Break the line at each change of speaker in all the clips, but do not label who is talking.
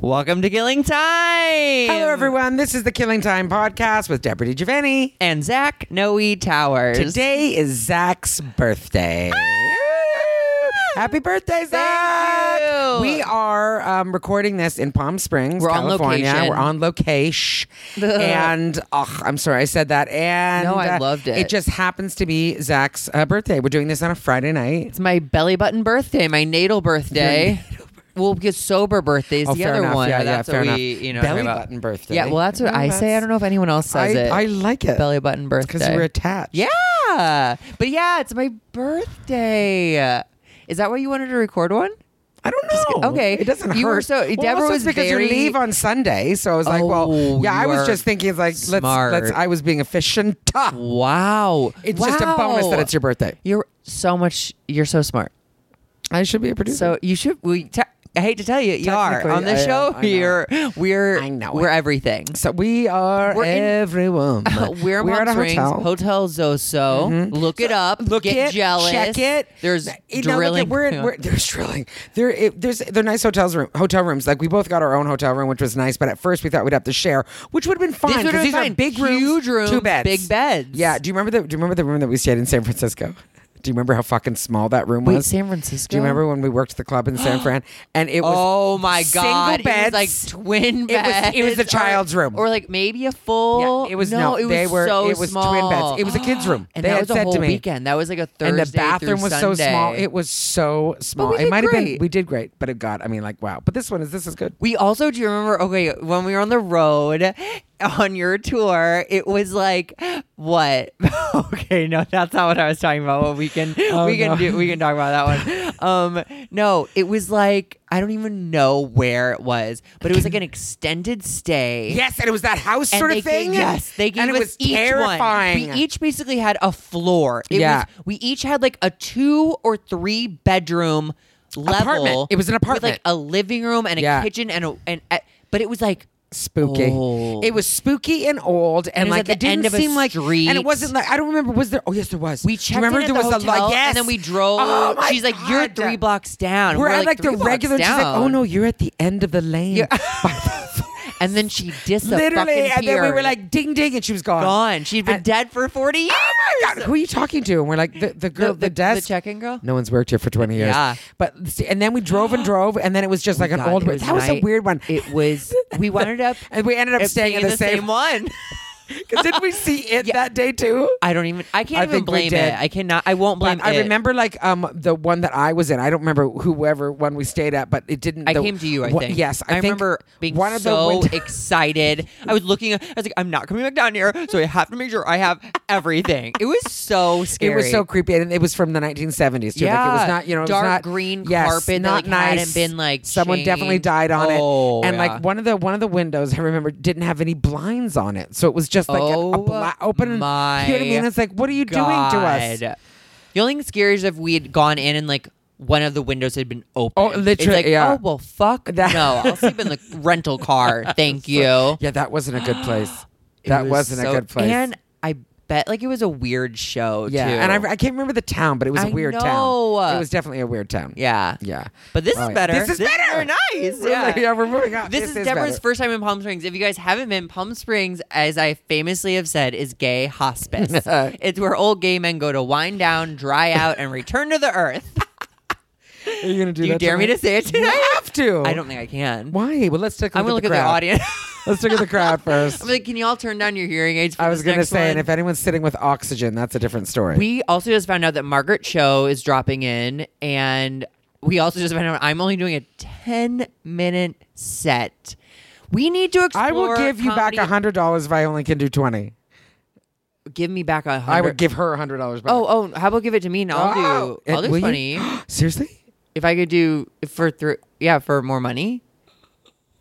Welcome to Killing Time.
Hello, everyone. This is the Killing Time podcast with Deborah DiGiovanni.
And Zach Noe Towers.
Today is Zach's birthday.
Ah!
Happy birthday, Zach!
you.
We are um, recording this in Palm Springs,
We're on
California.
location.
We're on location, and oh, I'm sorry I said that. And
No, I
uh,
loved it.
It just happens to be Zach's uh, birthday. We're doing this on a Friday night.
It's my belly button birthday, my natal birthday. Well, because sober birthday is
Oh,
the
fair
other
enough.
one.
Yeah, yeah,
that's
fair
what
enough.
we, you know,
Belly
talk about.
button birthday.
Yeah, well, that's what
Oh,
I say. I
that's-
don't know if anyone else
I,
says it.
I like it
belly button birthday.
because we're attached.
yeah, but yeah, it's my birthday. Is that why you wanted to record one?
I don't know.
okay.
it doesn't
You
hurt.
were so-
well,
Deborah
also
was
it's because
very-
you leave on Sunday, so I was like, well,
Oh,
yeah, I
you
was
are
just thinking like let's
smart.
let's. I was being efficient.
Wow,
It's just a bonus that
Wow.
it's your birthday.
You're so much. You're so smart.
I should be a producer.
So you should. We. Te- I hate to tell you, you are
Technically,
on the
I am.
show
I know.
here. We're
I know
we're
it.
everything.
So we are
We're in-
everyone.
we're, in
at a
Palm Springs,
hotel. Mm-hmm.
Hotel Zoso. Look it up.
Look
get
it,
jealous.
Check it.
There's
Now, look at-
drilling.
we're, in- we're, there's drilling. There, it, there's they're nice hotels room, hotel rooms. Like we both got our own hotel room, which was nice. But at first we thought we'd have to share, which would have been fine.
These would've been
'cause these are
fine.
big rooms,
Huge rooms,
two beds,
big beds.
Yeah. Do you remember the Do you remember the room that we stayed in San Francisco? Do you remember how fucking small that room
Wait,
was?
San Francisco.
Do you remember when we worked the club in San Fran? And it was
Oh my god!
single beds.
It was like twin
It was-
beds.
it was the
or-
child's room.
or like maybe a full.
Yeah, it was-
no.
no,
it was
they were-
so
it was twin
small.
beds. It was a kid's room.
and
They
that
had
was a
said to
whole
me.
weekend. That was like a Thursday.
and the bathroom
through
was so small.
Sunday.
It was so small.
we
it
did
might have
great.
been we did great, but it got I mean like wow. But this one is this is good.
We also do you remember okay when we were on the road on your tour it was like what okay no that's not what I was talking about what we can we can
Oh, no.
do we can talk about that one um no it was like I don't even know where it was but it was like an extended stay
Yes, and it was that house
and
sort
they
of thing.
Gave, yes, they gave
and
us
it was
each
terrifying.
One. We each basically had a floor. It
Yeah.
was, we each had like a two or three bedroom level.
Apartment. It was an
with
apartment.
like a living room and a
Yeah.
kitchen and a and a, but it was like
spooky.
Old.
It was spooky and old, and,
it was
like
at the
it didn't
end of a
seem like. And
street.
it wasn't like I don't remember. Was there? Oh yes, there was.
we
Do
checked
you remember
in at
there
the
was
hotel
a yes.
and then we drove.
Oh, my
she's like, "You're
God.
three blocks down."
We're, at like,
three
the
blocks
regular. She's like,
down.
oh no, you're at the end of the lane.
Yeah.
By the-
And then she dissed the
Literally,
fucking
and then we
pier.
were like, ding ding, and she was gone.
gone. She'd been
And-
dead for forty years.
Oh my God, who are you talking to? And we're like, the, the girl,
The-
the,
the- the
desk,
check-in girl?
No one's worked here for twenty years.
Yeah.
but see, and then we drove and drove, and then it was just like an
God,
old.
it
That was a
night-
weird one.
It was. We wound up
and we ended up staying in the, same one.
one.
Because didn't we see it
Yeah.
that day too?
I don't even. I can't
I
even
think we
blame
did.
it. I cannot. I won't blame
But I
it.
remember like um the one that I was in. I don't remember whoever one we stayed at, but it didn't.
I
the-
came to you. I
wha-
think.
yes, I, think
remember being
one of
so
the winter-
excited. I was looking. I was like, I'm not coming back down here, so I have to make sure I have everything. It was so scary.
It was so creepy, and it was from the 1970s. Too. like, it
Yeah.
was not you know it was
Dark
not-
green
yes,
carpet that,
not
like, hadn't
nice.
been, like,
someone definitely
changed.
died on
Oh,
it, and
yeah.
like one of the one of the windows I remember didn't have any blinds on it, so it was just like an-
Oh,
a bla- open.
my
you know what I mean? It's like what are you doing to us?
God. The only thing scary is if we had gone in and like one of the windows had been open.
Oh,
It's
literally,
like,
yeah.
Oh well, fuck
That-
no. I'll sleep in the rental car. Thank you.
Yeah, that wasn't a good place.
It
that
was
wasn't
so-
a good place.
And I bet like it was a weird show
yeah,
too.
and I, I can't remember the town, but it was a
I
weird
know.
town. It was definitely a weird town.
yeah.
yeah.
But this
Oh,
is
yeah.
better.
This is better.
very nice.
We're
Yeah.
like, yeah, we're moving on.
This, is, Deborah's
better.
first time in Palm Springs. If you guys haven't been, Palm Springs, as I famously have said, is gay hospice. it's where old gay men go to wind down, dry out, and return to the earth.
Are you gonna do,
Do you
that
dare me to
tonight?
say it
You
tonight?
have to.
I don't think I can.
Why? Well, let's take. A
I'm
look
gonna look at the
crowd.
audience.
Let's look at the crowd first.
I'm like, can you all turn down your hearing aids? For
I was
going
gonna
to
say, and if anyone's sitting with oxygen, that's a different story.
We also just found out that Margaret Cho is dropping in, and we also just found out I'm only doing a 10 minute set. We need to explore.
I will give you back
comedy-
a hundred dollars if I only can do twenty.
Give me back a hundred.
I would give her a hundred dollars back.
Oh, oh, how about give it to me and I'll
Oh,
do. I'll
and
do
will you-
twenty.
seriously?
If I could do if for three, yeah, for more money.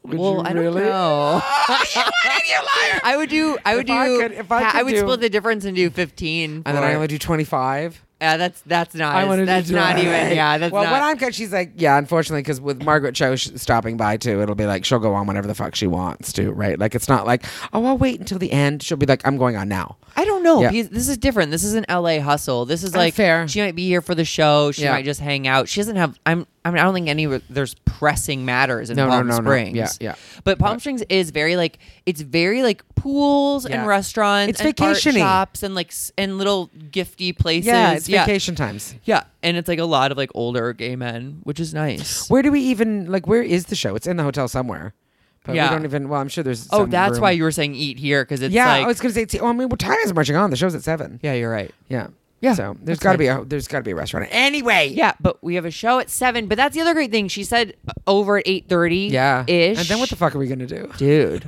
Would
well,
you
I
really?
don't know.
you liar!
I would do. I would
If I
do.
could- if I
ha-
could
would
do-
split the difference and do fifteen.
And then I
for-
only do twenty five.
Yeah, that's that's not.
I
as-
want to
that's
do
not
20.
even. Yeah, that's
well,
not.
when I'm cut, she's like, yeah, unfortunately, because with Margaret Cho sh- stopping by too, it'll be like she'll go on whenever the fuck she wants to, right? Like it's not like, oh, I'll wait until the end. She'll be like, I'm going on now.
I don't know.
Yeah. Uh,
because This is different. This is an LA hustle. This is like
fair.
She might be here for the show. She
Yeah.
might just hang out. She doesn't have. I'm. I mean, I don't think any re- there's pressing matters in
No, no,
Palm
no, no.
Springs.
Yeah, yeah.
But Palm Springs is very like it's very like pools
Yeah.
and restaurants,
It's
and art
vacation-y.
shops, and like s- and little gifty places.
Yeah, it's vacation times.
Yeah, and it's like a lot of like older gay men, which is nice.
Where do we even like? Where is the show? It's in the hotel somewhere, but
Yeah.
we don't even. Well, I'm sure there's.
oh,
some
that's
room.
why you were saying eat here because it's
yeah,
like
I was gonna say. It's, well, I mean, what time is marching on? The show's at seven.
yeah, you're right.
Yeah,
Yeah,
So
that's
there's got to be a there's got to be a restaurant. Anyway,
Yeah, but we have a show at seven. But that's the other great thing. She said uh, over at eight thirty.
yeah,
ish.
And then what the fuck are we gonna do?
dude,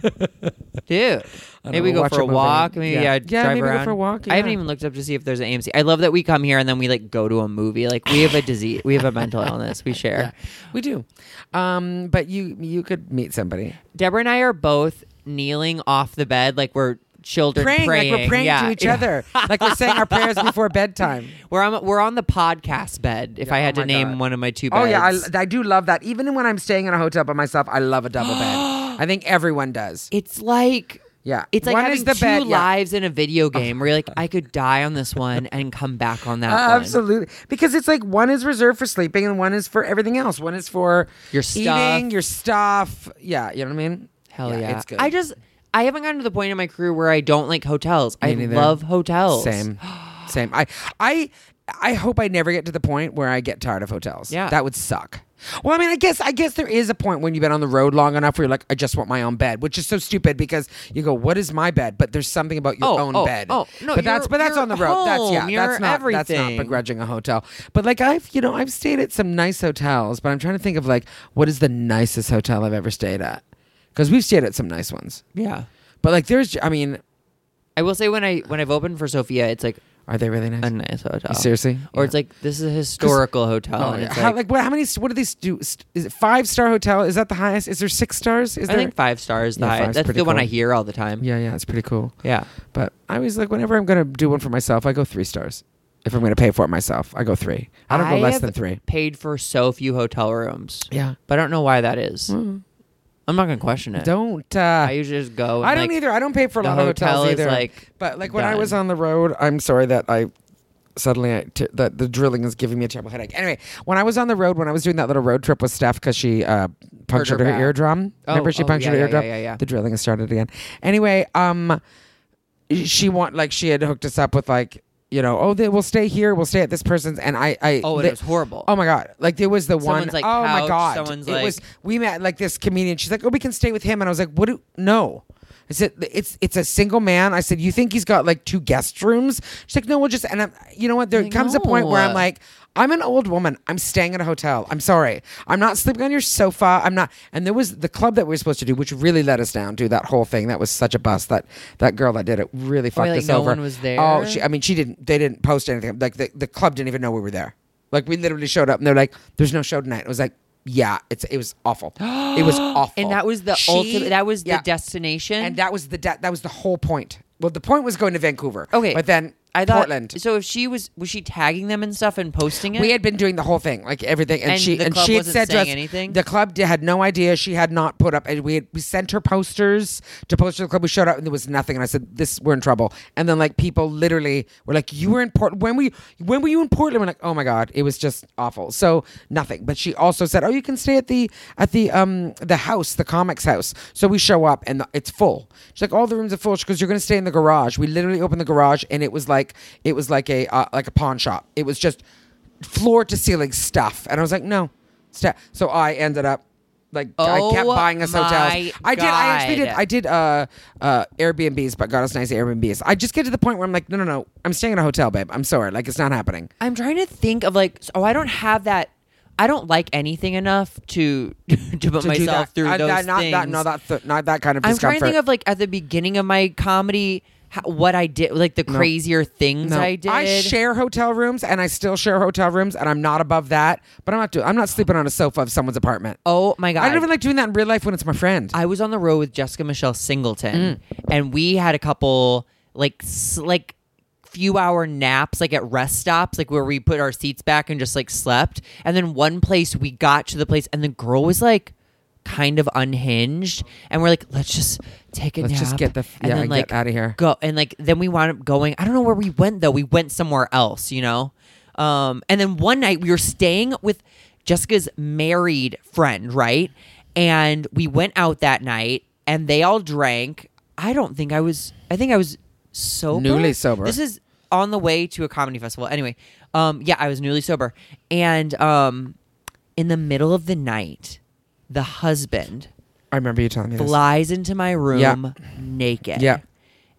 dude? Maybe
know,
we go
watch
for
a
a
movie.
walk. Maybe I
Yeah. Yeah,
drive
maybe go
around.
for a walk,
I haven't
yeah.
even looked up to see if there's an AMC. I love that we come here and then we like go to a movie. Like we have a disease, we have a mental illness. We share.
We do, um, but you you could meet somebody.
Deborah and I are both kneeling off the bed like we're children praying.
like we're praying
Yeah.
to each other, like we're saying our prayers before bedtime.
We're on we're on the podcast bed. If I had
oh
to
my
name
God.
one of my two beds.
Oh yeah, I, I do love that. Even when I'm staying in a hotel by myself, I love a double bed. I think everyone does.
it's like
Yeah,
It's like
one
having
is the
two
bed. yeah.
lives in a video game where you're like, I could die on this one and come back on that one.
Absolutely, because it's like one is reserved for sleeping and one is for everything else. One is for
Your
eating,
stuff.
your stuff. Yeah, you know what I mean.
Hell yeah.
it's good.
I just I haven't gotten to the point in my career where I don't like hotels. I
neither.
love hotels.
same, same. I, I, I hope I never get to the point where I get tired of hotels.
Yeah.
that would suck. Well, I mean, I guess I guess there is a point when you've been on the road long enough where you're like, I just want my own bed, which is so stupid because you go, "What is my bed?" But there's something about your
Oh,
own
oh,
bed.
oh, no,
but that's
you're-
but that's
you're
on the road. that's
home,
yeah,
you're
that's not that's not
everything.
begrudging a hotel. But like I've you know I've stayed at some nice hotels, but I'm trying to think of like what is the nicest hotel I've ever stayed at because we've stayed at some nice ones.
Yeah.
But like there's, I mean,
I will say when I when I've opened for Sophia, it's like
are they really nice?
a nice hotel.
Seriously?
Or
Yeah.
it's like this is a historical hotel.
Oh,
and
yeah.
it's
how,
like,
like what? How many? What do these do? Is it five star hotel? Is that the highest? Is there six stars? Is
I
there?
think five stars the
Yeah,
high.
five's
That's the
pretty
one I
cool.
hear all the time.
yeah, yeah, it's pretty cool.
Yeah.
But I always like whenever I'm gonna do one for myself, I go three stars. If I'm gonna pay for it myself, I go three. I don't go less
have
than three.
Paid for so few hotel rooms.
Yeah,
But I don't know why that is.
Mm.
I'm not gonna question it.
don't. Uh,
I
I,
usually just go. And
don't
like,
either. I don't pay for a
the
lot of
hotel
hotels
is,
either.
like,
but like when I
done.
was on the road, I'm sorry that I suddenly I t- that the drilling is giving me a terrible headache. Anyway, when I was on the road, when I was doing that little road trip with Steph because she uh, punctured
her
her,
back.
eardrum.
Oh,
Remember she
oh, yeah,
punctured her
yeah,
eardrum?
yeah, yeah, yeah.
The drilling has started again. Anyway, um, she want like she had hooked us up with like you know oh they will stay here we'll stay at this person's and I I
Oh, and
they-
it was horrible.
Oh my god! Like there was the one
Someone's, like,
oh my
couch,
god!
someone's,
it
like-
was we met like this comedian. She's like, "Oh, we can stay with him," and I was like, "What? Do, no." I said, "It's it's a single man." I said, "You think he's got like two guest rooms?" She's like, "No, we'll just..." And I'm, you know what? There
Like,
comes a point where
no.
I'm like, "I'm an old woman. I'm staying at a hotel. I'm sorry. I'm not sleeping on your sofa. I'm not." And there was the club that we were supposed to do, which really let us down. Do that whole thing. That was such a bust. That that girl that did it really fucked
like,
us
no
over.
one was there?
Oh, she, I mean, she didn't. They didn't post anything. Like the, the club didn't even know we were there. Like we literally showed up and they're like, "There's no show tonight." I was like, "Yeah, it's it was awful. it was awful."
And that was the
She-
ultimate. That was the
yeah.
destination.
and that was the de- that was the whole point. Well, the point was going to Vancouver.
okay,
but then
I thought.
Portland.
So if she was, was she tagging them and stuff and posting it?
We had been doing the whole thing, like everything, and,
And
she
the
and
club
she had
wasn't
said to us
saying anything?
the club d- had no idea she had not put up, and we had we sent her posters to post to the club. We showed up and there was nothing, and I said, "This we're in trouble." And then like people literally were like, "You were in Portland when were you when were you in Portland?" We're like, "Oh my god, it was just awful." So nothing, but she also said, "Oh, you can stay at the at the um the house, the comics house." So we show up and the, it's full. She's like, "All the rooms are full." She goes, "You're gonna stay in the garage." We literally opened the garage and it was like it was like a uh, like a pawn shop. It was just floor to ceiling stuff. And I was like, no. sta So I ended up like I kept
Oh
buying us hotels. I
my
did. I actually did.
God.
I did uh, uh, Airbnbs, but got us nice Airbnbs. I just get to the point where I'm like, no, no, no. I'm staying in a hotel, babe. I'm sorry. Like it's not happening.
I'm trying to think of like. Oh, I don't have that. I don't like anything enough to to put
To do
myself
that-
through
uh,
those
that, not
things.
That, no, that th- not that kind of
I'm
discomfort.
trying to think of like at the beginning of my comedy, how, what I did, like the crazier things
No.
I did.
share hotel rooms, and I still share hotel rooms, and I'm not above that. But I'm not doing. I'm not sleeping on a sofa of someone's apartment.
Oh my god!
I don't even like doing that in real life when it's my friend.
I was on the road with Jessica Michelle Singleton,
Mm.
and we had a couple like s- like few hour naps, like at rest stops, like where we put our seats back and just like slept. And then one place we got to the place, and the girl was like kind of unhinged, and we're like, let's just take a
Let's
nap,
just get the f-
and
yeah,
then
and
like
get outta here.
Go and like then we wound up going. I don't know where we went though. We went somewhere else, you know. Um, and then one night we were staying with Jessica's married friend, right? And we went out that night and they all drank. I don't think I was I think I was sober.
Newly sober.
This is on the way to a comedy festival. Anyway, um yeah, I was newly sober. And um in the middle of the night, the husband
I remember you telling me this.
flies into my room
Yeah.
naked
Yeah.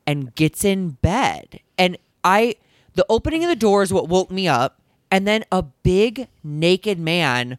and gets in bed. And I, the opening of the door is what woke me up. And then a big naked man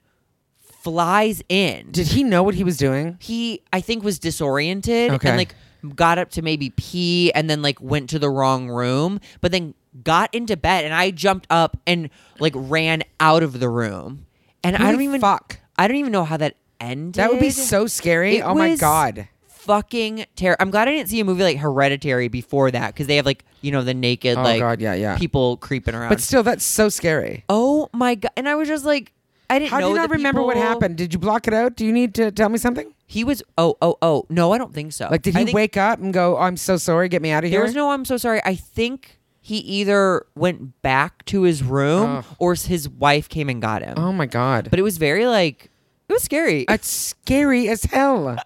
flies in.
Did he know what he was doing?
he, I think, was disoriented
Okay.
and like got up to maybe pee and then like went to the wrong room, but then got into bed. And I jumped up and like ran out of the room. And I
Holy
don't even
fuck.
I don't even know how that ended.
That would be so scary.
It
oh my
was
god.
Fucking terror. I'm glad I didn't see a movie like Hereditary before that because they have like you know the naked
Oh,
like
God, yeah, yeah.
people creeping around.
But still, that's so scary.
oh my god! And I was just like, I didn't.
How do
know
you
the
not remember what
people-
happened? Did you block it out? Do you need to tell me something?
He was oh oh oh no, I don't think so.
Like, did
I
he
think
wake up and go, oh, "I'm so sorry, get me out of
There
here"?
was no. I'm so sorry. I think he either went back to his room
Ugh.
or s- his wife came and got him.
oh my god.
But it was very like it was scary.
It's scary as hell.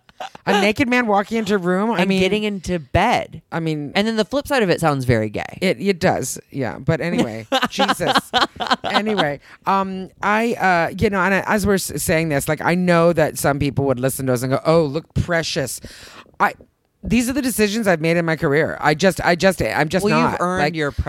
A naked man walking into a room. I
and
mean,
getting into bed.
I mean,
And then the flip side of it sounds very gay.
it it does. Yeah. But anyway, Jesus. Anyway, um, I uh, you know, and I, as we're s- saying this, like I know that some people would listen to us and go, "Oh, look, precious." I. These are the decisions I've made in my career. I just, I just, I'm just
Well,
not.
you've earned
like,
your
I am,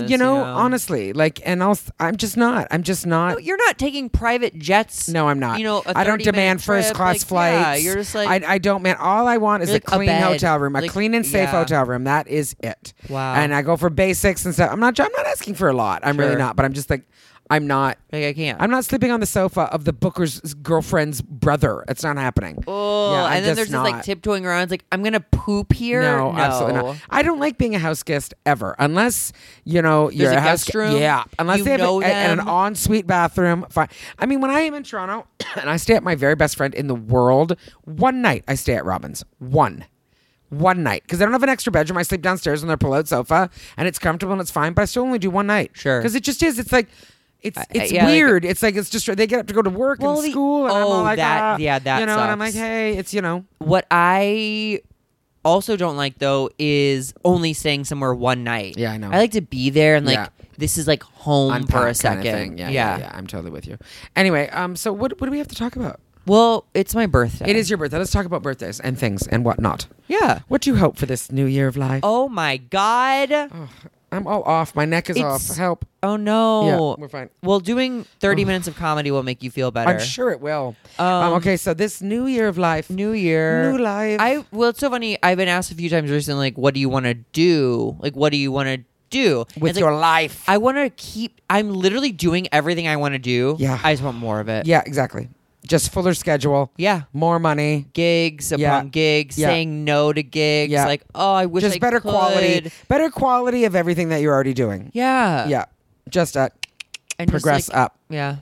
preciousness,
you know,
you know?
honestly, like, and I'll, s- I'm just not. I'm just not.
You're not taking private jets.
No, I'm not.
You know, I
I don't demand first class flights.
Yeah, you're just like
I, I don't man. All I want is
You're
a
like a
clean
bed.
hotel room, a
Like,
clean and safe
yeah.
hotel room. That is it.
Wow.
And I go for basics and stuff. I'm not. I'm not asking for a lot. I'm really
Sure.
not. But I'm just like, I'm not.
like I can't.
I'm not sleeping on the sofa of the booker's girlfriend's brother. It's not happening.
oh,
Yeah, I'm
and then
just
there's
not.
just like tiptoeing around. It's like I'm gonna poop here.
No, absolutely not. I don't like being a house guest ever, unless you know you're
a
a house
guest room?
Yeah, unless
You
they have a-
know
a- an
them?
ensuite bathroom. Fine. I mean, when I am in Toronto and I stay at my very best friend in the world, one night I stay at Robin's. One. One night, because I don't have an extra bedroom. I sleep downstairs on their pillowed sofa, and it's comfortable and it's fine. But I still only do one night,
Sure. Uh,
because it just is. It's like, it's it's
yeah, like-
weird. it's like it's just they get up to go to work
Well,
and
the-
school, and I'm all
oh,
like,
that-
ah,
yeah, that
you know. And I'm like,
sucks.
hey, it's you know,
What I also don't like though is only staying somewhere one night.
Yeah, I know.
I like to be there and like
Yeah.
this is like home for a
unpack kinda
second.
thing. Yeah, yeah, yeah, I'm totally with you. Anyway, um, so what what do we have to talk about?
Well, it's my birthday.
It is your birthday. Let's talk about birthdays and things and whatnot.
Yeah.
What do you hope for this new year of life?
Oh my god.
Oh, I'm all off. My neck is off.
It's-
Help.
Oh no.
Yeah, we're fine.
Well, doing 30 minutes of comedy will make you feel better.
I'm sure it will. Um,
Um,
okay, so this new year of life.
New year.
New life.
I well, it's so funny. I've been asked a few times recently, like, what do you want to do? Like, what do you want to do And
with
it's like,
your life.
I want to keep. I'm literally doing everything I want to do.
Yeah.
I just want more of it.
yeah, exactly. Just fuller schedule.
Yeah.
More money.
Gigs upon
Yeah.
gigs,
Yeah.
saying no to gigs.
Yeah.
Like, oh, I wish
Just
I
better quality.
could.
Better quality of everything that you're already doing.
Yeah.
Yeah. Just uh,
And just,
progress
like,
up.
Yeah.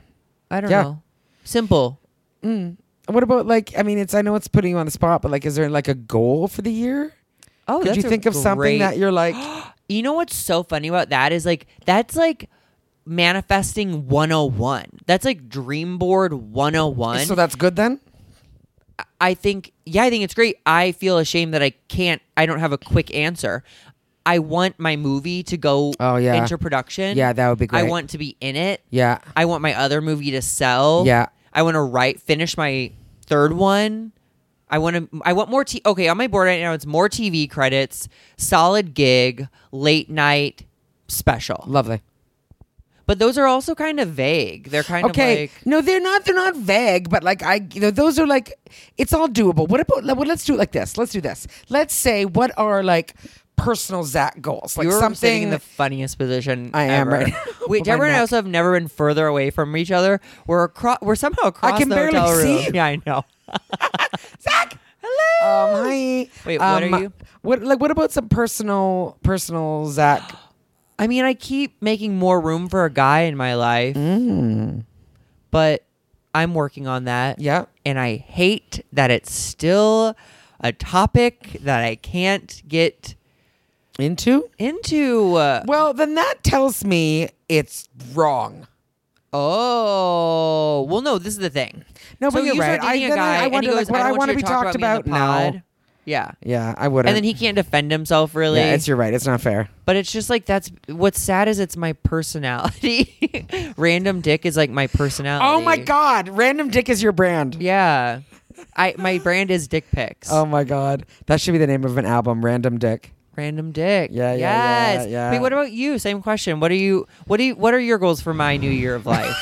I don't
Yeah.
know. Simple.
What about like? I mean, it's I know it's putting you on the spot, but like, is there like a goal for the year?
Oh,
Could
that's
you
a
think of something
great-
that you're like? "Oh,
You know what's so funny about that is like that's like manifesting 101. That's like dream board 101.
so that's good then.
I think yeah, I think it's great. I feel ashamed that I can't I don't have a quick answer. I want my movie to go
Oh, yeah.
into production.
Yeah, that would be
I
great.
want to be in it.
Yeah.
I want my other movie to sell.
Yeah.
I want to write finish my third one. I want to I want more t- okay, on my board right now it's more TV credits, solid gig, late night special.
Lovely.
But those are also kind of vague. They're kind
Okay.
of like
no, they're not. They're not vague, but like I, you know, those are like, it's all doable. What about? Well, let's do it like this. Let's do this. Let's say what are like personal Zach goals, like
you're sitting
something.
in the funniest position
I am
ever.
right now.
Wait,
But my
Deborah and I
neck-
also have never been further away from each other. We're across. We're somehow across.
can
the
barely
hotel room.
see you.
Yeah, I know.
Zach. Hello. Um, hi.
Wait, what
Um,
are you?
What like? What about some personal, personal Zach?
I mean, I keep making more room for a guy in my life, but I'm working on that.
Yeah.
and I hate that it's still a topic that I can't get
Into.
into. Uh,
Well, then that tells me it's wrong.
Oh well, no. This is the thing.
No,
so
but you're
you start
right. I-
dating a
then I-
guy,
I
and
wonder,
he
like,
goes,
what
"I
I
don't want
wanna
you
be
to talk
talked
about, me on
about
the
now."
pod. Yeah,
Yeah, I wouldn't.
and then he can't defend himself really.
Yeah, it's you're right. It's not fair.
But it's just like that's what's sad is it's my personality. Random dick is like my personality.
Oh my god, random dick is your brand.
Yeah, I my brand is dick pics.
Oh my god, that should be the name of an album. Random dick.
Random dick.
Yeah, yeah,
yes.
yeah, yeah.
Wait, what about you? Same question. What are you? What do you? What are your goals for my new year of life?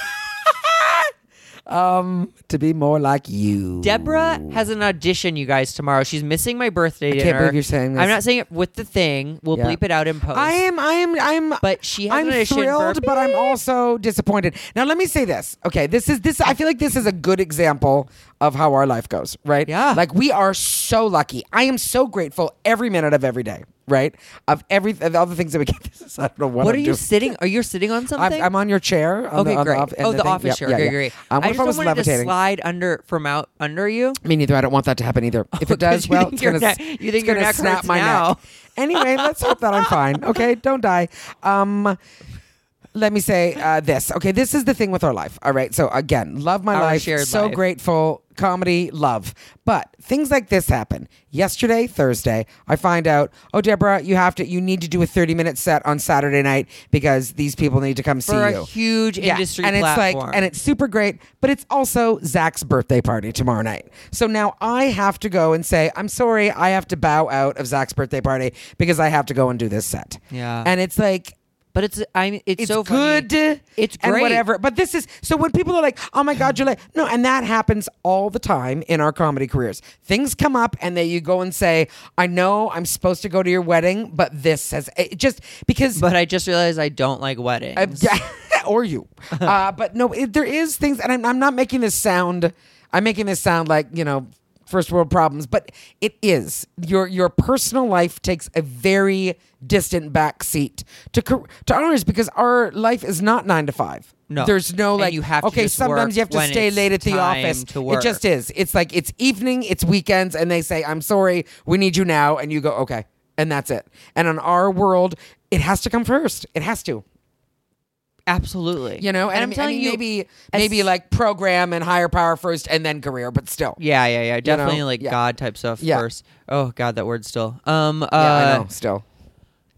Um, to be more like you,
Deborah has an audition, you guys, tomorrow. She's missing my birthday
can't
dinner.
believe you're saying this.
I'm not saying it with the thing. We'll
Yeah.
bleep it out in post.
I am. I am. I'm.
But she has
I'm
an audition for-
thrilled, but I'm also disappointed. Now, let me say this. Okay, this is this. I feel like this is a good example of how our life goes. Right?
Yeah.
Like we are so lucky. I am so grateful every minute of every day. Right? Of every of all the things that we get. This is, I don't know what.
What
I'm
are you
doing.
sitting? Are you sitting on
I'm,
something?
I'm on your chair. On
okay,
the, on
great.
The off- and
oh, the,
thing.
office
yeah,
chair.
yeah,
okay,
yeah.
great.
Um, what
I
if
just
I
don't
was
want it to
levitating?
slide under from out under you.
Me neither. I don't want that to happen either. If it does,
because you
well,
think
it's
your
gonna, s-
neck- you think
it's
your
gonna
neck
snap
hurts
my
now.
neck. Anyway, let's hope that I'm fine. Okay, don't die. Um, let me say uh, this. Okay, this is the thing with our life. All right. So again, love my
Our
life.
shared
so
life.
grateful. Comedy, love. But things like this happen. Yesterday, Thursday, I find out. Oh, Deborah, you have to. You need to do a 30 minute set on Saturday night because these people need to come see
For
you.
a huge industry
and it's
platform.
like and it's super great but it's also zach's birthday party tomorrow night so now i have to go and say i'm sorry i have to bow out of zach's birthday party because i have to go and do this set
Yeah.
and it's like
But it's I'm it's,
it's
so funny.
good
It's
and
great.
whatever but this is so when people are like oh my god you're like no and that happens all the time in our comedy careers things come up and then you go and say i know i'm supposed to go to your wedding but this has it just because
But I just realized I don't like weddings.
uh, yeah, or you.
Uh-huh.
Uh, but no, it, there is things, and I'm, I'm not making this sound. I'm making this sound like you know first world problems, but it is your your personal life takes a very distant back seat to car- to ours because our life is not nine to five.
No.
there's no
And
like
you have to
okay.
just work
sometimes you have to
when
stay
it's
late at the
time
office.
to
It
work.
just is. It's like it's evening, it's weekends, and they say, "I'm sorry, we need you now," and you go, "Okay," and that's it. And on our world, it has to come first. It has to.
Absolutely.
You know, and,
I'm
I mean,
telling
I mean,
you,
maybe
as-
maybe like program and higher power first, and then career, but still.
Yeah, yeah, yeah. Definitely like
yeah.
God type stuff
Yeah.
first. Oh God, that word still. Um. Uh,
Yeah, I know. Still,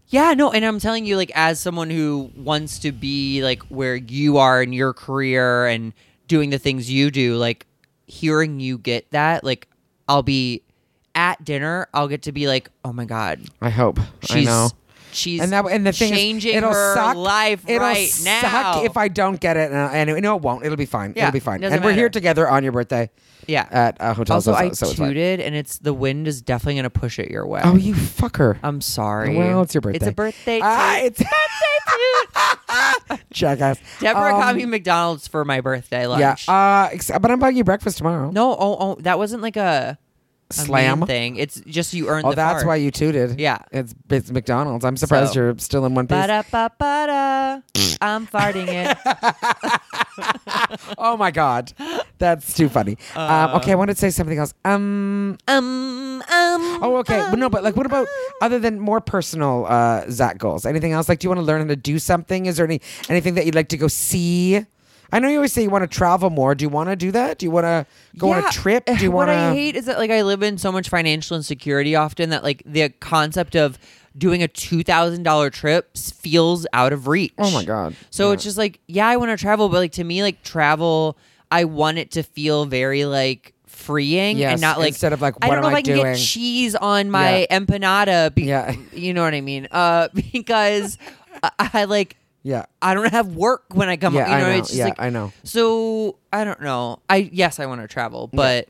Yeah, no, and I'm telling you, like, as someone who wants to be like where you are in your career and doing the things you do, like, hearing you get that, like, I'll be at dinner, I'll get to be like, oh my god,
I hope.
she's,
I know.
she's,
And that and the thing
changing
is, it'll
her
suck.
life
it'll
right
suck
now.
if I don't get it, and, I, and no, it won't. It'll be fine.
Yeah,
it'll be fine.
doesn't
And we're here
matter.
together on your birthday.
yeah.
at uh, hotels.
also,
so,
I
so it's fine.
tooted, and it's the wind is definitely gonna push it your way.
Oh, you fucker!
I'm sorry.
Well, it's your birthday.
It's a birthday.
Ah,
toot.
it's birthday, dude. Jackass.
Deborah
Um,
got me McDonald's for my birthday
Yeah,
lunch.
uh, ex- but I'm buying you breakfast tomorrow.
no, oh, oh, that wasn't like a a mean
Slam.
thing. It's just you earned.
Oh,
the
that's
fart.
why you tooted.
Yeah.
It's, it's McDonald's. I'm surprised
So- uh,
you're still in one piece.
Ba-da-ba-ba-da. I'm farting it.
oh my God. That's too funny. um,
Uh,
okay, I wanted to say something else. Um.
Um, um.
Oh, okay.
um.
But no, but like, what about other than more personal uh, Zach goals? Anything else? Like, do you want to learn how to do something? Is there any anything that you'd like to go see? I know you always say you want to travel more. Do you want to do that? Do you want to go on
Yeah.
a trip? Do you
what
want to?
I hate is that like I live in so much financial insecurity often that like the concept of doing a two thousand dollar trip s- feels out of reach.
Oh my God.
So it's just like yeah, I want to travel, but like to me, like travel, I want it to feel very like freeing
Yes,
and not like
instead of, like,
I
what
don't know
am
if
I
I can
doing?
get cheese on my empanada. Be-
Yeah.
you know what I mean. Uh, because I, I like.
Yeah.
I don't have work when I come.
Yeah,
home, you know,
I know.
It's just
Yeah,
like,
I know.
So I don't know. I yes, I want to travel, but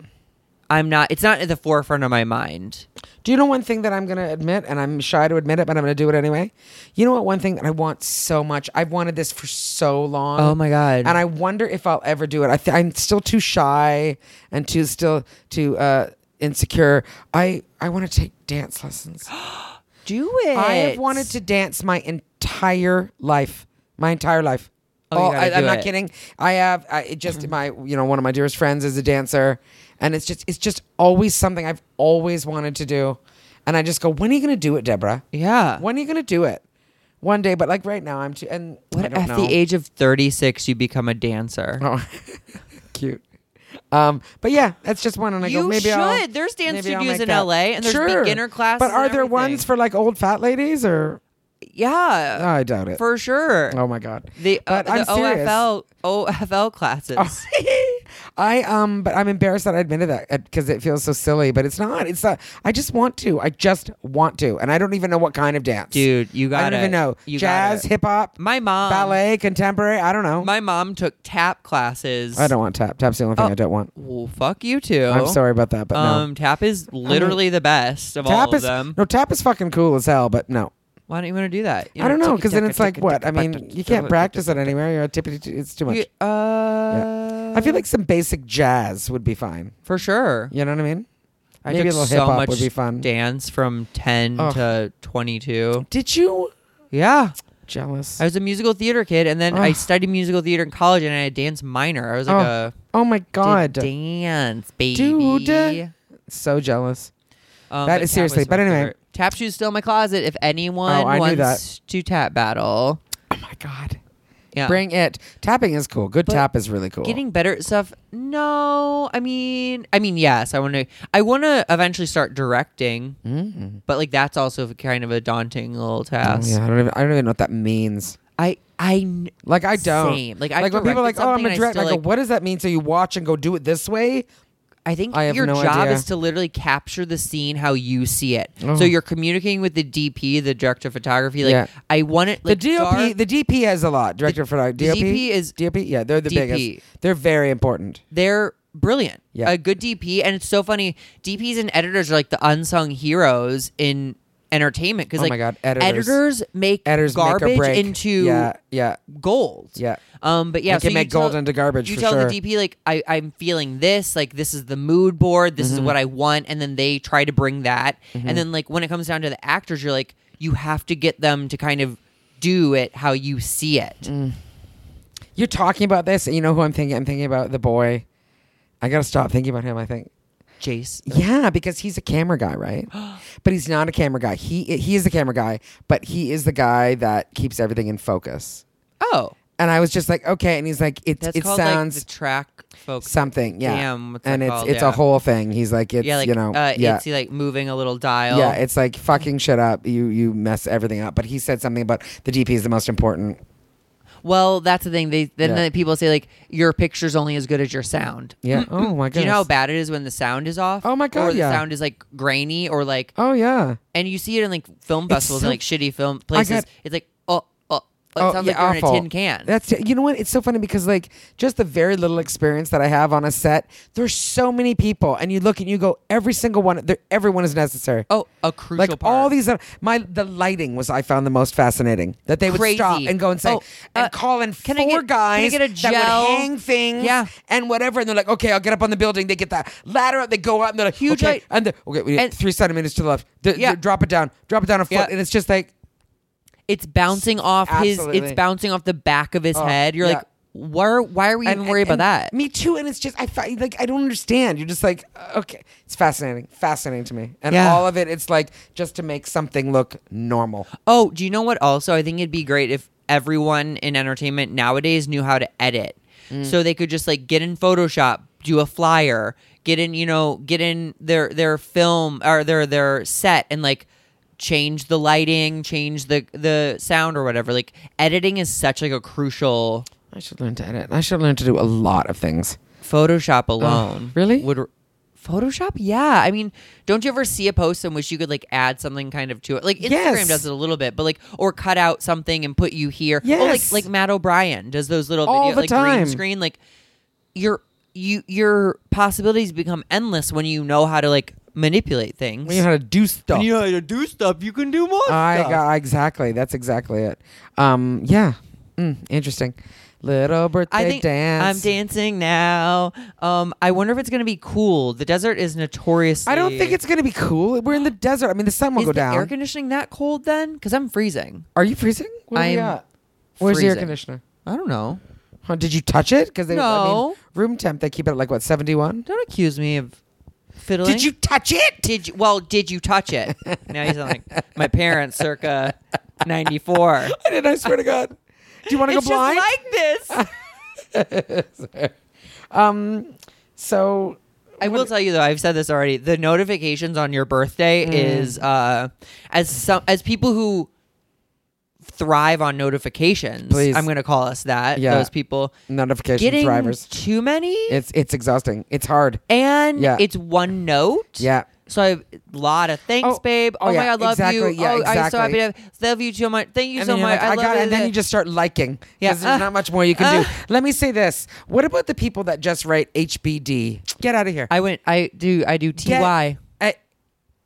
I'm not. It's not at the forefront of my mind.
Do you know one thing that I'm going to admit, and I'm shy to admit it, but I'm going to do it anyway? You know what? One thing that I want so much. I've wanted this for so long.
Oh my God.
And I wonder if I'll ever do it. I th- I'm still too shy and too still too uh, insecure. I I want to take dance lessons.
Do it.
I have wanted to dance my entire life. My entire life.
Oh, you gotta
I, I'm
do
not
it.
kidding. I have I, it just my you know one of my dearest friends is a dancer, and it's just it's just always something I've always wanted to do, and I just go, when are you gonna do it, Deborah?
Yeah.
When are you gonna do it? one day, but like right now, I'm too. And I
What
don't
at
know.
the age of 36 you become a dancer?
Oh, cute. Um, but yeah, that's just one. And I
You
go, maybe
should.
I'll-
There's dance
maybe I'll
studios
make
in
that.
LA, and there's
Sure.
beginner classes
But are
and
there
everything.
ones for like old fat ladies or?
Yeah,
I doubt it.
for sure.
oh my god.
The, uh,
But I'm
the
serious. Oh.
OFL OFL classes.
I um, but I'm embarrassed that I admitted that because it feels so silly. But it's not. It's not. I just want to. I just want to, and I don't even know what kind of dance,
Dude, you got
I don't
it.
even know.
You got
Jazz,
it.
hip hop,
My mom
ballet, contemporary. I don't know.
My mom took tap classes.
I don't want tap. Tap's the only thing
Oh.
I don't want.
Well, fuck you too.
I'm sorry about that, but
Um, tap is literally the best of
no. Tap
all
is
of them.
no tap is fucking cool as hell, but no.
Why don't you want to do that? You
I don't know because then it's like
ticka-ticka,
what? I
ticka-ticka,
mean, you can't
ticka-ticka,
practice it anywhere. You're a tippity. It's too
You-
much.
uh,
I feel like some basic jazz would be fine.
for sure.
You know what I mean?
I
Maybe
took
a little
so
hip hop
much
would be fun.
Dance from ten
Ugh.
to twenty-two.
Did you
Yeah,
jealous?
I was a musical theater kid, and then I
Ugh.
studied musical theater in college, and I had dance minor. I was like
Oh,
a
oh my god,
did dance baby.
dude, so jealous.
Um,
That
but
is
tap
seriously-
was
but
my
anyway.
favorite. tap shoes still in my closet. If anyone
Oh, I knew
wants to tap battle,
Oh my god,
yeah,
bring it. Tapping is cool. Good
But
tap is really cool.
getting better at stuff. No, I mean, I mean, yes, I want to. I want to eventually start directing, but like that's also kind of a daunting little
Mm. Oh,
task.
yeah, I don't even. I don't even know what that means.
I, I, kn-
Like I don't.
Same. Like, I've
when people are like,
directed
oh, I'm
something and
gonna
I
direct.
still,
I go,
like-
what does that mean? So you watch and go do it this way?
I think
I have
your
no
job
idea.
is to literally capture the scene how you see it.
Oh.
So you're communicating with the DP, the director of photography. Like,
Yeah.
I want it. Like,
the DOP,
dark-
the DP has a lot. Director for DOP.
the DP is-
DOP. Yeah, they're the
DP.
biggest. They're very important.
they're brilliant.
Yeah.
A good DP. And it's so funny. DPs and editors are like the unsung heroes in entertainment. Because
Oh
like
my God, editors.
make
Editors
garbage
make or break.
into
yeah, yeah,
gold.
yeah.
Um but yeah,
They
so
can
you
make
tell-
gold into garbage
You
for
tell
sure.
the DP like I, I'm feeling this, like this is the mood board, this
Mm-hmm.
is what I want, and then they try to bring that. And then like when it comes down to the actors, you're like, you have to get them to kind of do it how you see it.
Mm. You're talking about this, and you know who I'm thinking. I'm thinking about the boy. I gotta stop thinking about him. I think.
Jace.
Yeah, because he's a camera guy, right? but he's not a camera guy. He he is the camera guy, but he is the guy that keeps everything in focus.
Oh.
And I was just like, okay. And he's like, it
That's
it
called
sounds
like the track focus.
something, yeah.
Damn, what's that
and it's
called?
it's
Yeah.
a whole thing. He's like, it's
yeah, like
you know,
uh,
yeah.
it's like moving a little dial.
Yeah, it's like fucking shit up. You you mess everything up. But he said something about the DP is the most important.
well, that's the thing. They then,
Yeah.
the people say like your picture's only as good as your sound.
Yeah. oh my god.
Do you know how bad it is when the sound is off?
Oh my
Or
God,
the
yeah.
sound is like grainy, or like,
Oh yeah.
and you see it in like film
It's
festivals
so-
and like shitty film places.
got-
it's like, oh, oh, oh, it
Oh,
sounds
yeah,
like you're in
awful.
a tin can.
That's you know what? It's so funny because like just the very little experience that I have on a set, there's so many people, and you look and you go, every single one, there- everyone is necessary.
oh, a crucial
like
part.
all these, other- my the lighting was I found the most fascinating. That they would
Crazy.
stop and go and say
Oh,
and
uh,
call in
can I
four
get- can I
guys
get a
that
gel?
would hang things,
Yeah.
and whatever. And they're like, okay, I'll get up on the building. They get that ladder up, they go up, and they're like,
Huge
okay,
light-
and the, okay, we need
and-
three centimeters to the left. The-
Yeah.
the- drop it down, drop it down a foot,
Yeah.
and it's just like,
it's bouncing off his.
Absolutely. Oh,
It's bouncing off the back of his head. You're
yeah.
like, where? Why are we even
and-
worried
and-
about that?
and Me too. And it's just I fi- like I don't understand. You're just like uh, okay, it's fascinating, fascinating to me. And
Yeah.
all of it, it's like just to make something look normal.
Oh, do you know what? Also, I think it'd be great if everyone in entertainment nowadays knew how to edit, so they could just like get in Photoshop, do a flyer, get in, you know, get in their their film or their their set, and like change the lighting, change the the sound or whatever. Like editing is such like a crucial.
I should learn to edit. I should learn to do a lot of things.
Photoshop alone,
really?
Would Photoshop? Yeah, I mean, don't you ever see a post in which you could like add something kind of to it? Like Instagram
Yes.
does it a little bit, but like or cut out something and put you here. Oh,
Yes.
like like Matt O'Brien does those little
All
video,
the
like
time.
green screen. Like your you your possibilities become endless when you know how to like manipulate things.
We know how to do stuff.
know how to do stuff, you can do more.
I got exactly. That's exactly it. Um, yeah, mm, interesting. Little birthday
I think
dance.
I'm dancing now. Um, I wonder if it's gonna be cool. The desert is notoriously.
I don't think it's gonna be cool. We're in the desert. I mean, the sun will
Is
go
the
down.
air conditioning that cold then? Because I'm freezing.
Are you freezing? Where are we
I'm
at? Where's the air
freezing.
conditioner?
I don't know.
Huh, did you touch it? Because they I mean,
No.
room temp. They keep it at like what seventy one.
Don't accuse me of fiddling.
Did you touch it?
Did you? Well, did you touch it? now you sound like my parents, circa 94.
I didn't. I swear to God. Do you want to go
it's
blind?
just like this.
um. So
I will tell you though, I've said this already. The notifications on your birthday is uh as some as people who thrive on notifications,
Please.
I'm gonna call us that.
Yeah.
Those people
notification
getting
drivers.
too many
It's it's exhausting. It's hard.
and
Yeah.
it's one note.
Yeah.
So a lot of thanks,
Oh,
babe.
oh,
Oh,
yeah,
my god, love
exactly.
you.
Yeah,
oh, I'm so happy
exactly.
to love you so much. Thank you so
then you're
much.
like, I, got
love
it. And then
that-
you just start liking.
Yeah.
Because there's
Uh,
not much more you can
uh.
do. Let me say this. What about the people that just write HBD? Get out of here.
I went I do I do T Y.
Get- uh,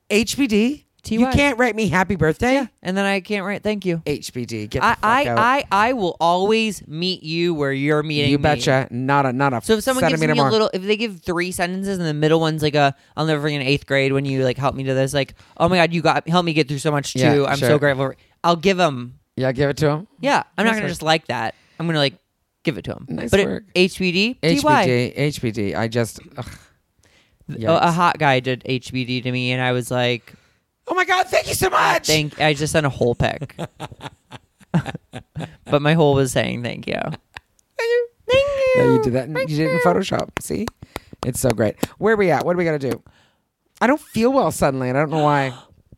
HBD? You
TY.
can't write me happy birthday?
And then I can't write thank you.
HBD. Get the
I,
fuck
I,
out.
I, I will always meet you where you're meeting
you
me.
betcha. Not a not a
So if someone gives me
centimeter
a
more.
little, if they give three sentences and the middle one's like a, I'll never forget in eighth grade when you like helped me do this, like, oh my god, you got help me get through so much too.
Yeah,
I'm
sure.
so grateful. I'll give them.
Yeah, give it to him.
Yeah, I'm not
Nice
gonna
work.
just like that. I'm gonna like give it to them.
Nice
but it-
work.
HBD, DY.
HBD. HBD. I just ugh.
A- a hot guy did HBD to me, and I was like,
Oh my god, thank you so much.
thank. I just sent a whole pic, but my whole was saying thank you.
Thank you. Yeah, you did that. In, you did it in Photoshop. See, it's so great. Where are we at? What do we got to do? I don't feel well suddenly, and I don't know why.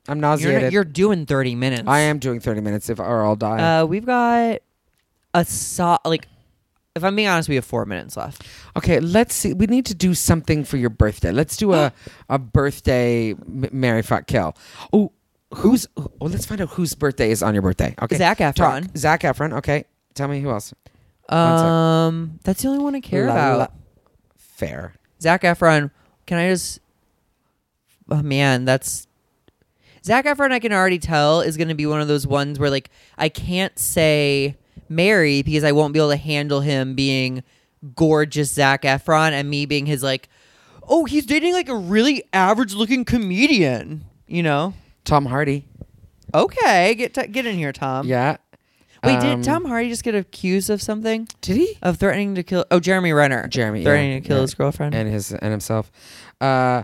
I'm
You're, not-
nauseated.
you're doing 30 minutes.
I am doing 30 minutes, if or I'll die.
Uh, we've got a so like. If I'm being honest, we have four minutes left.
okay, let's see. We need to do something for your birthday. Let's do a a birthday m- Mary fuck kill. Oh, who's? Oh, let's find out whose birthday is on your birthday. Okay,
Zac
Talk.
Efron.
Zac Efron. Okay, tell me who else. One sec.
Um, that's the only one I care
La-
about.
la- Fair.
Zach Efron. Can I just? Oh man, that's Zach Efron. I can already tell is going to be one of those ones where like I can't say Mary because I won't be able to handle him being gorgeous Zach Efron and me being his like, oh, he's dating like a really average looking comedian. You know?
Tom Hardy.
Okay, get t- get in here, Tom.
Yeah.
Wait,
Um,
did Tom Hardy just get accused of something?
Did he?
Of threatening to kill? Oh, Jeremy Renner.
Jeremy, yeah,
threatening to kill
yeah.
his girlfriend.
and his and himself. Uh,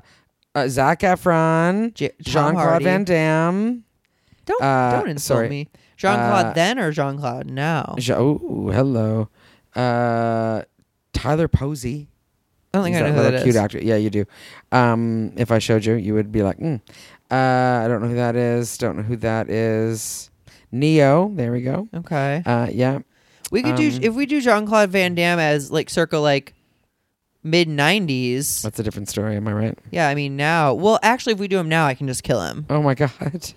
uh Zach Efron,
J- Tom
Jean Claude
Hardy.
Van Damme.
don't
uh,
don't insult
sorry.
me. Jean Claude
Uh,
then or Jean Claude now?
Jo- oh, hello. Uh, Tyler Posey.
I don't think
He's
I know who
little
that is.
cute actor. Yeah, you do. Um, if I showed you, you would be like, mm. uh, I don't know who that is. Don't know who that is. Neo. There we go.
Okay,
Uh, yeah.
we could do
um,
if we do Jean Claude Van Damme as like circa like mid nineties.
That's a different story. Am I right?
Yeah, I mean now. Well, actually, if we do him now, I can just kill him.
Oh my god.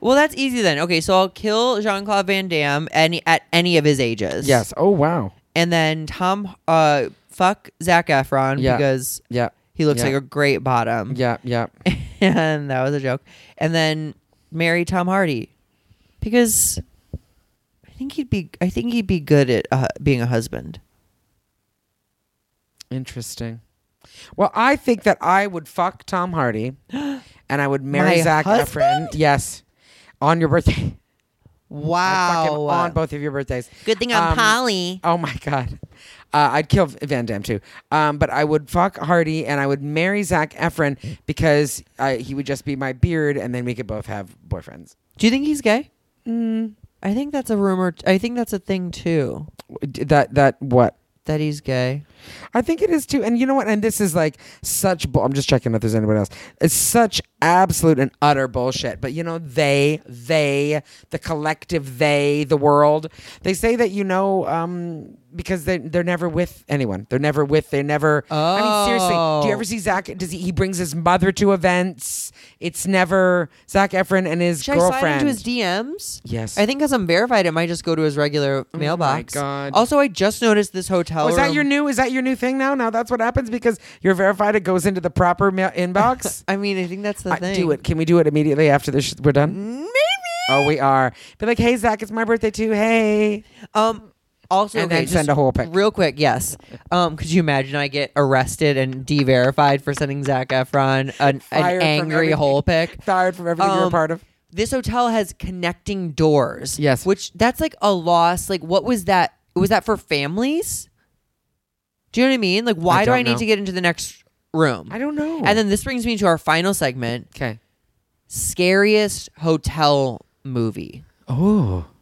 Well, that's easy then. Okay, so I'll kill Jean Claude Van Damme any at any of his ages.
Yes. Oh wow.
and then Tom uh fuck Zach Efron
Yeah.
because
Yeah.
he looks
Yeah.
like a great bottom.
Yeah. Yeah.
and that was a joke. And then marry Tom Hardy because I think he'd be I think he'd be good at uh, being a husband.
Interesting. Well, I think that I would fuck Tom Hardy, and I would marry
My
Zach Efron.
husband?
Yes, on your birthday. I'd fuck him
Wow.
on both of your birthdays.
Good thing I'm
Um,
Polly.
Oh my god, uh, I'd kill Van Damme too. Um, but I would fuck Hardy, and I would marry Zach Efron because I, he would just be my beard, and then we could both have boyfriends.
Do you think he's gay? I think that's a rumor. I think that's a thing too
D- That that what
that he's gay.
I think it is too. And you know what? And this is like such. Bull- I'm just checking if there's anybody else. It's such absolute and utter bullshit. But you know, they, they, the collective, they, the world. They say that you know um, because they they're never with anyone. They're never with. They're never. I mean, seriously. Do you
Oh.
ever see Zach? Does he? He brings his mother to events. It's never Zach Efron and his
Should
girlfriend.
I slide into his DMs?
Yes.
I think because I'm verified, it might just go to his regular mailbox.
Oh
Oh,
God.
Also, I just noticed this hotel.
Oh, is that
room-
your new? Is that your new thing now? Now that's what happens because you're verified. It goes into the proper mail inbox.
I mean, I think that's the
I-
thing.
do it. Can we do it immediately after this? Sh- we're done.
Maybe.
Oh, we are. Be like, hey, Zach, it's my birthday too. Hey,
Um. Also,
And
okay,
then send
just
a whole pic.
real quick. Yes. Um. Could you imagine I get arrested and de-verified for sending Zach Efron an,
Fired
an
from
angry
everything.
whole pic?
fired from everything you're a
Um,
part of.
This hotel has connecting doors.
Yes.
Which that's like a loss. Like, what was that? Was that for families? Do you know what I mean? Like, why do
don't
I need
know.
to get into the next room?
I don't know.
And then this brings me to our final segment:
okay.
scariest hotel movie.
Oh.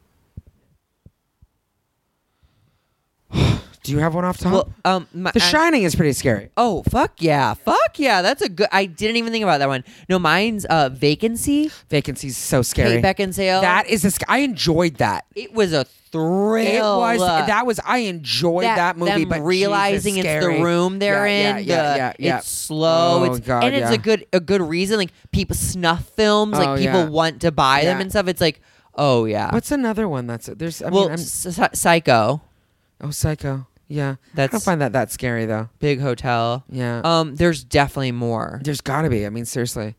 Do you have one off top?
Well, um, my,
the
I-
Shining is pretty scary.
Oh fuck yeah, fuck yeah! That's a good. I didn't even think about that one. No, mine's uh, vacancy.
Vacancy's so scary.
Kate Beckinsale.
That is a sc- I enjoyed that.
it was a thrill.
It was that was I enjoyed that, movie,
them
but
realizing
Jesus,
it's
scary.
the room they're
Yeah,
in,
Yeah, yeah,
the-
yeah, yeah.
it's slow,
Oh,
it's
God,
and it's
yeah.
a good a good reason. Like people snuff films,
Oh,
like people
yeah.
want to buy them
Yeah.
and stuff. It's like, oh yeah,
What's another one that's there's I
well,
mean, I'm,
Psy- Psycho,
oh Psycho. Yeah, I don't
That's-
find that that scary though.
Big Hotel.
Yeah,
Um, there's definitely more.
there's got to be. I mean, seriously.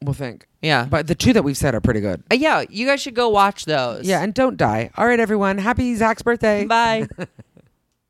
We'll think,
Yeah,
but the two that we've said are pretty good.
Uh, yeah, you guys should go watch those.
Yeah, and don't die. All right, everyone. Happy Zach's birthday.
bye.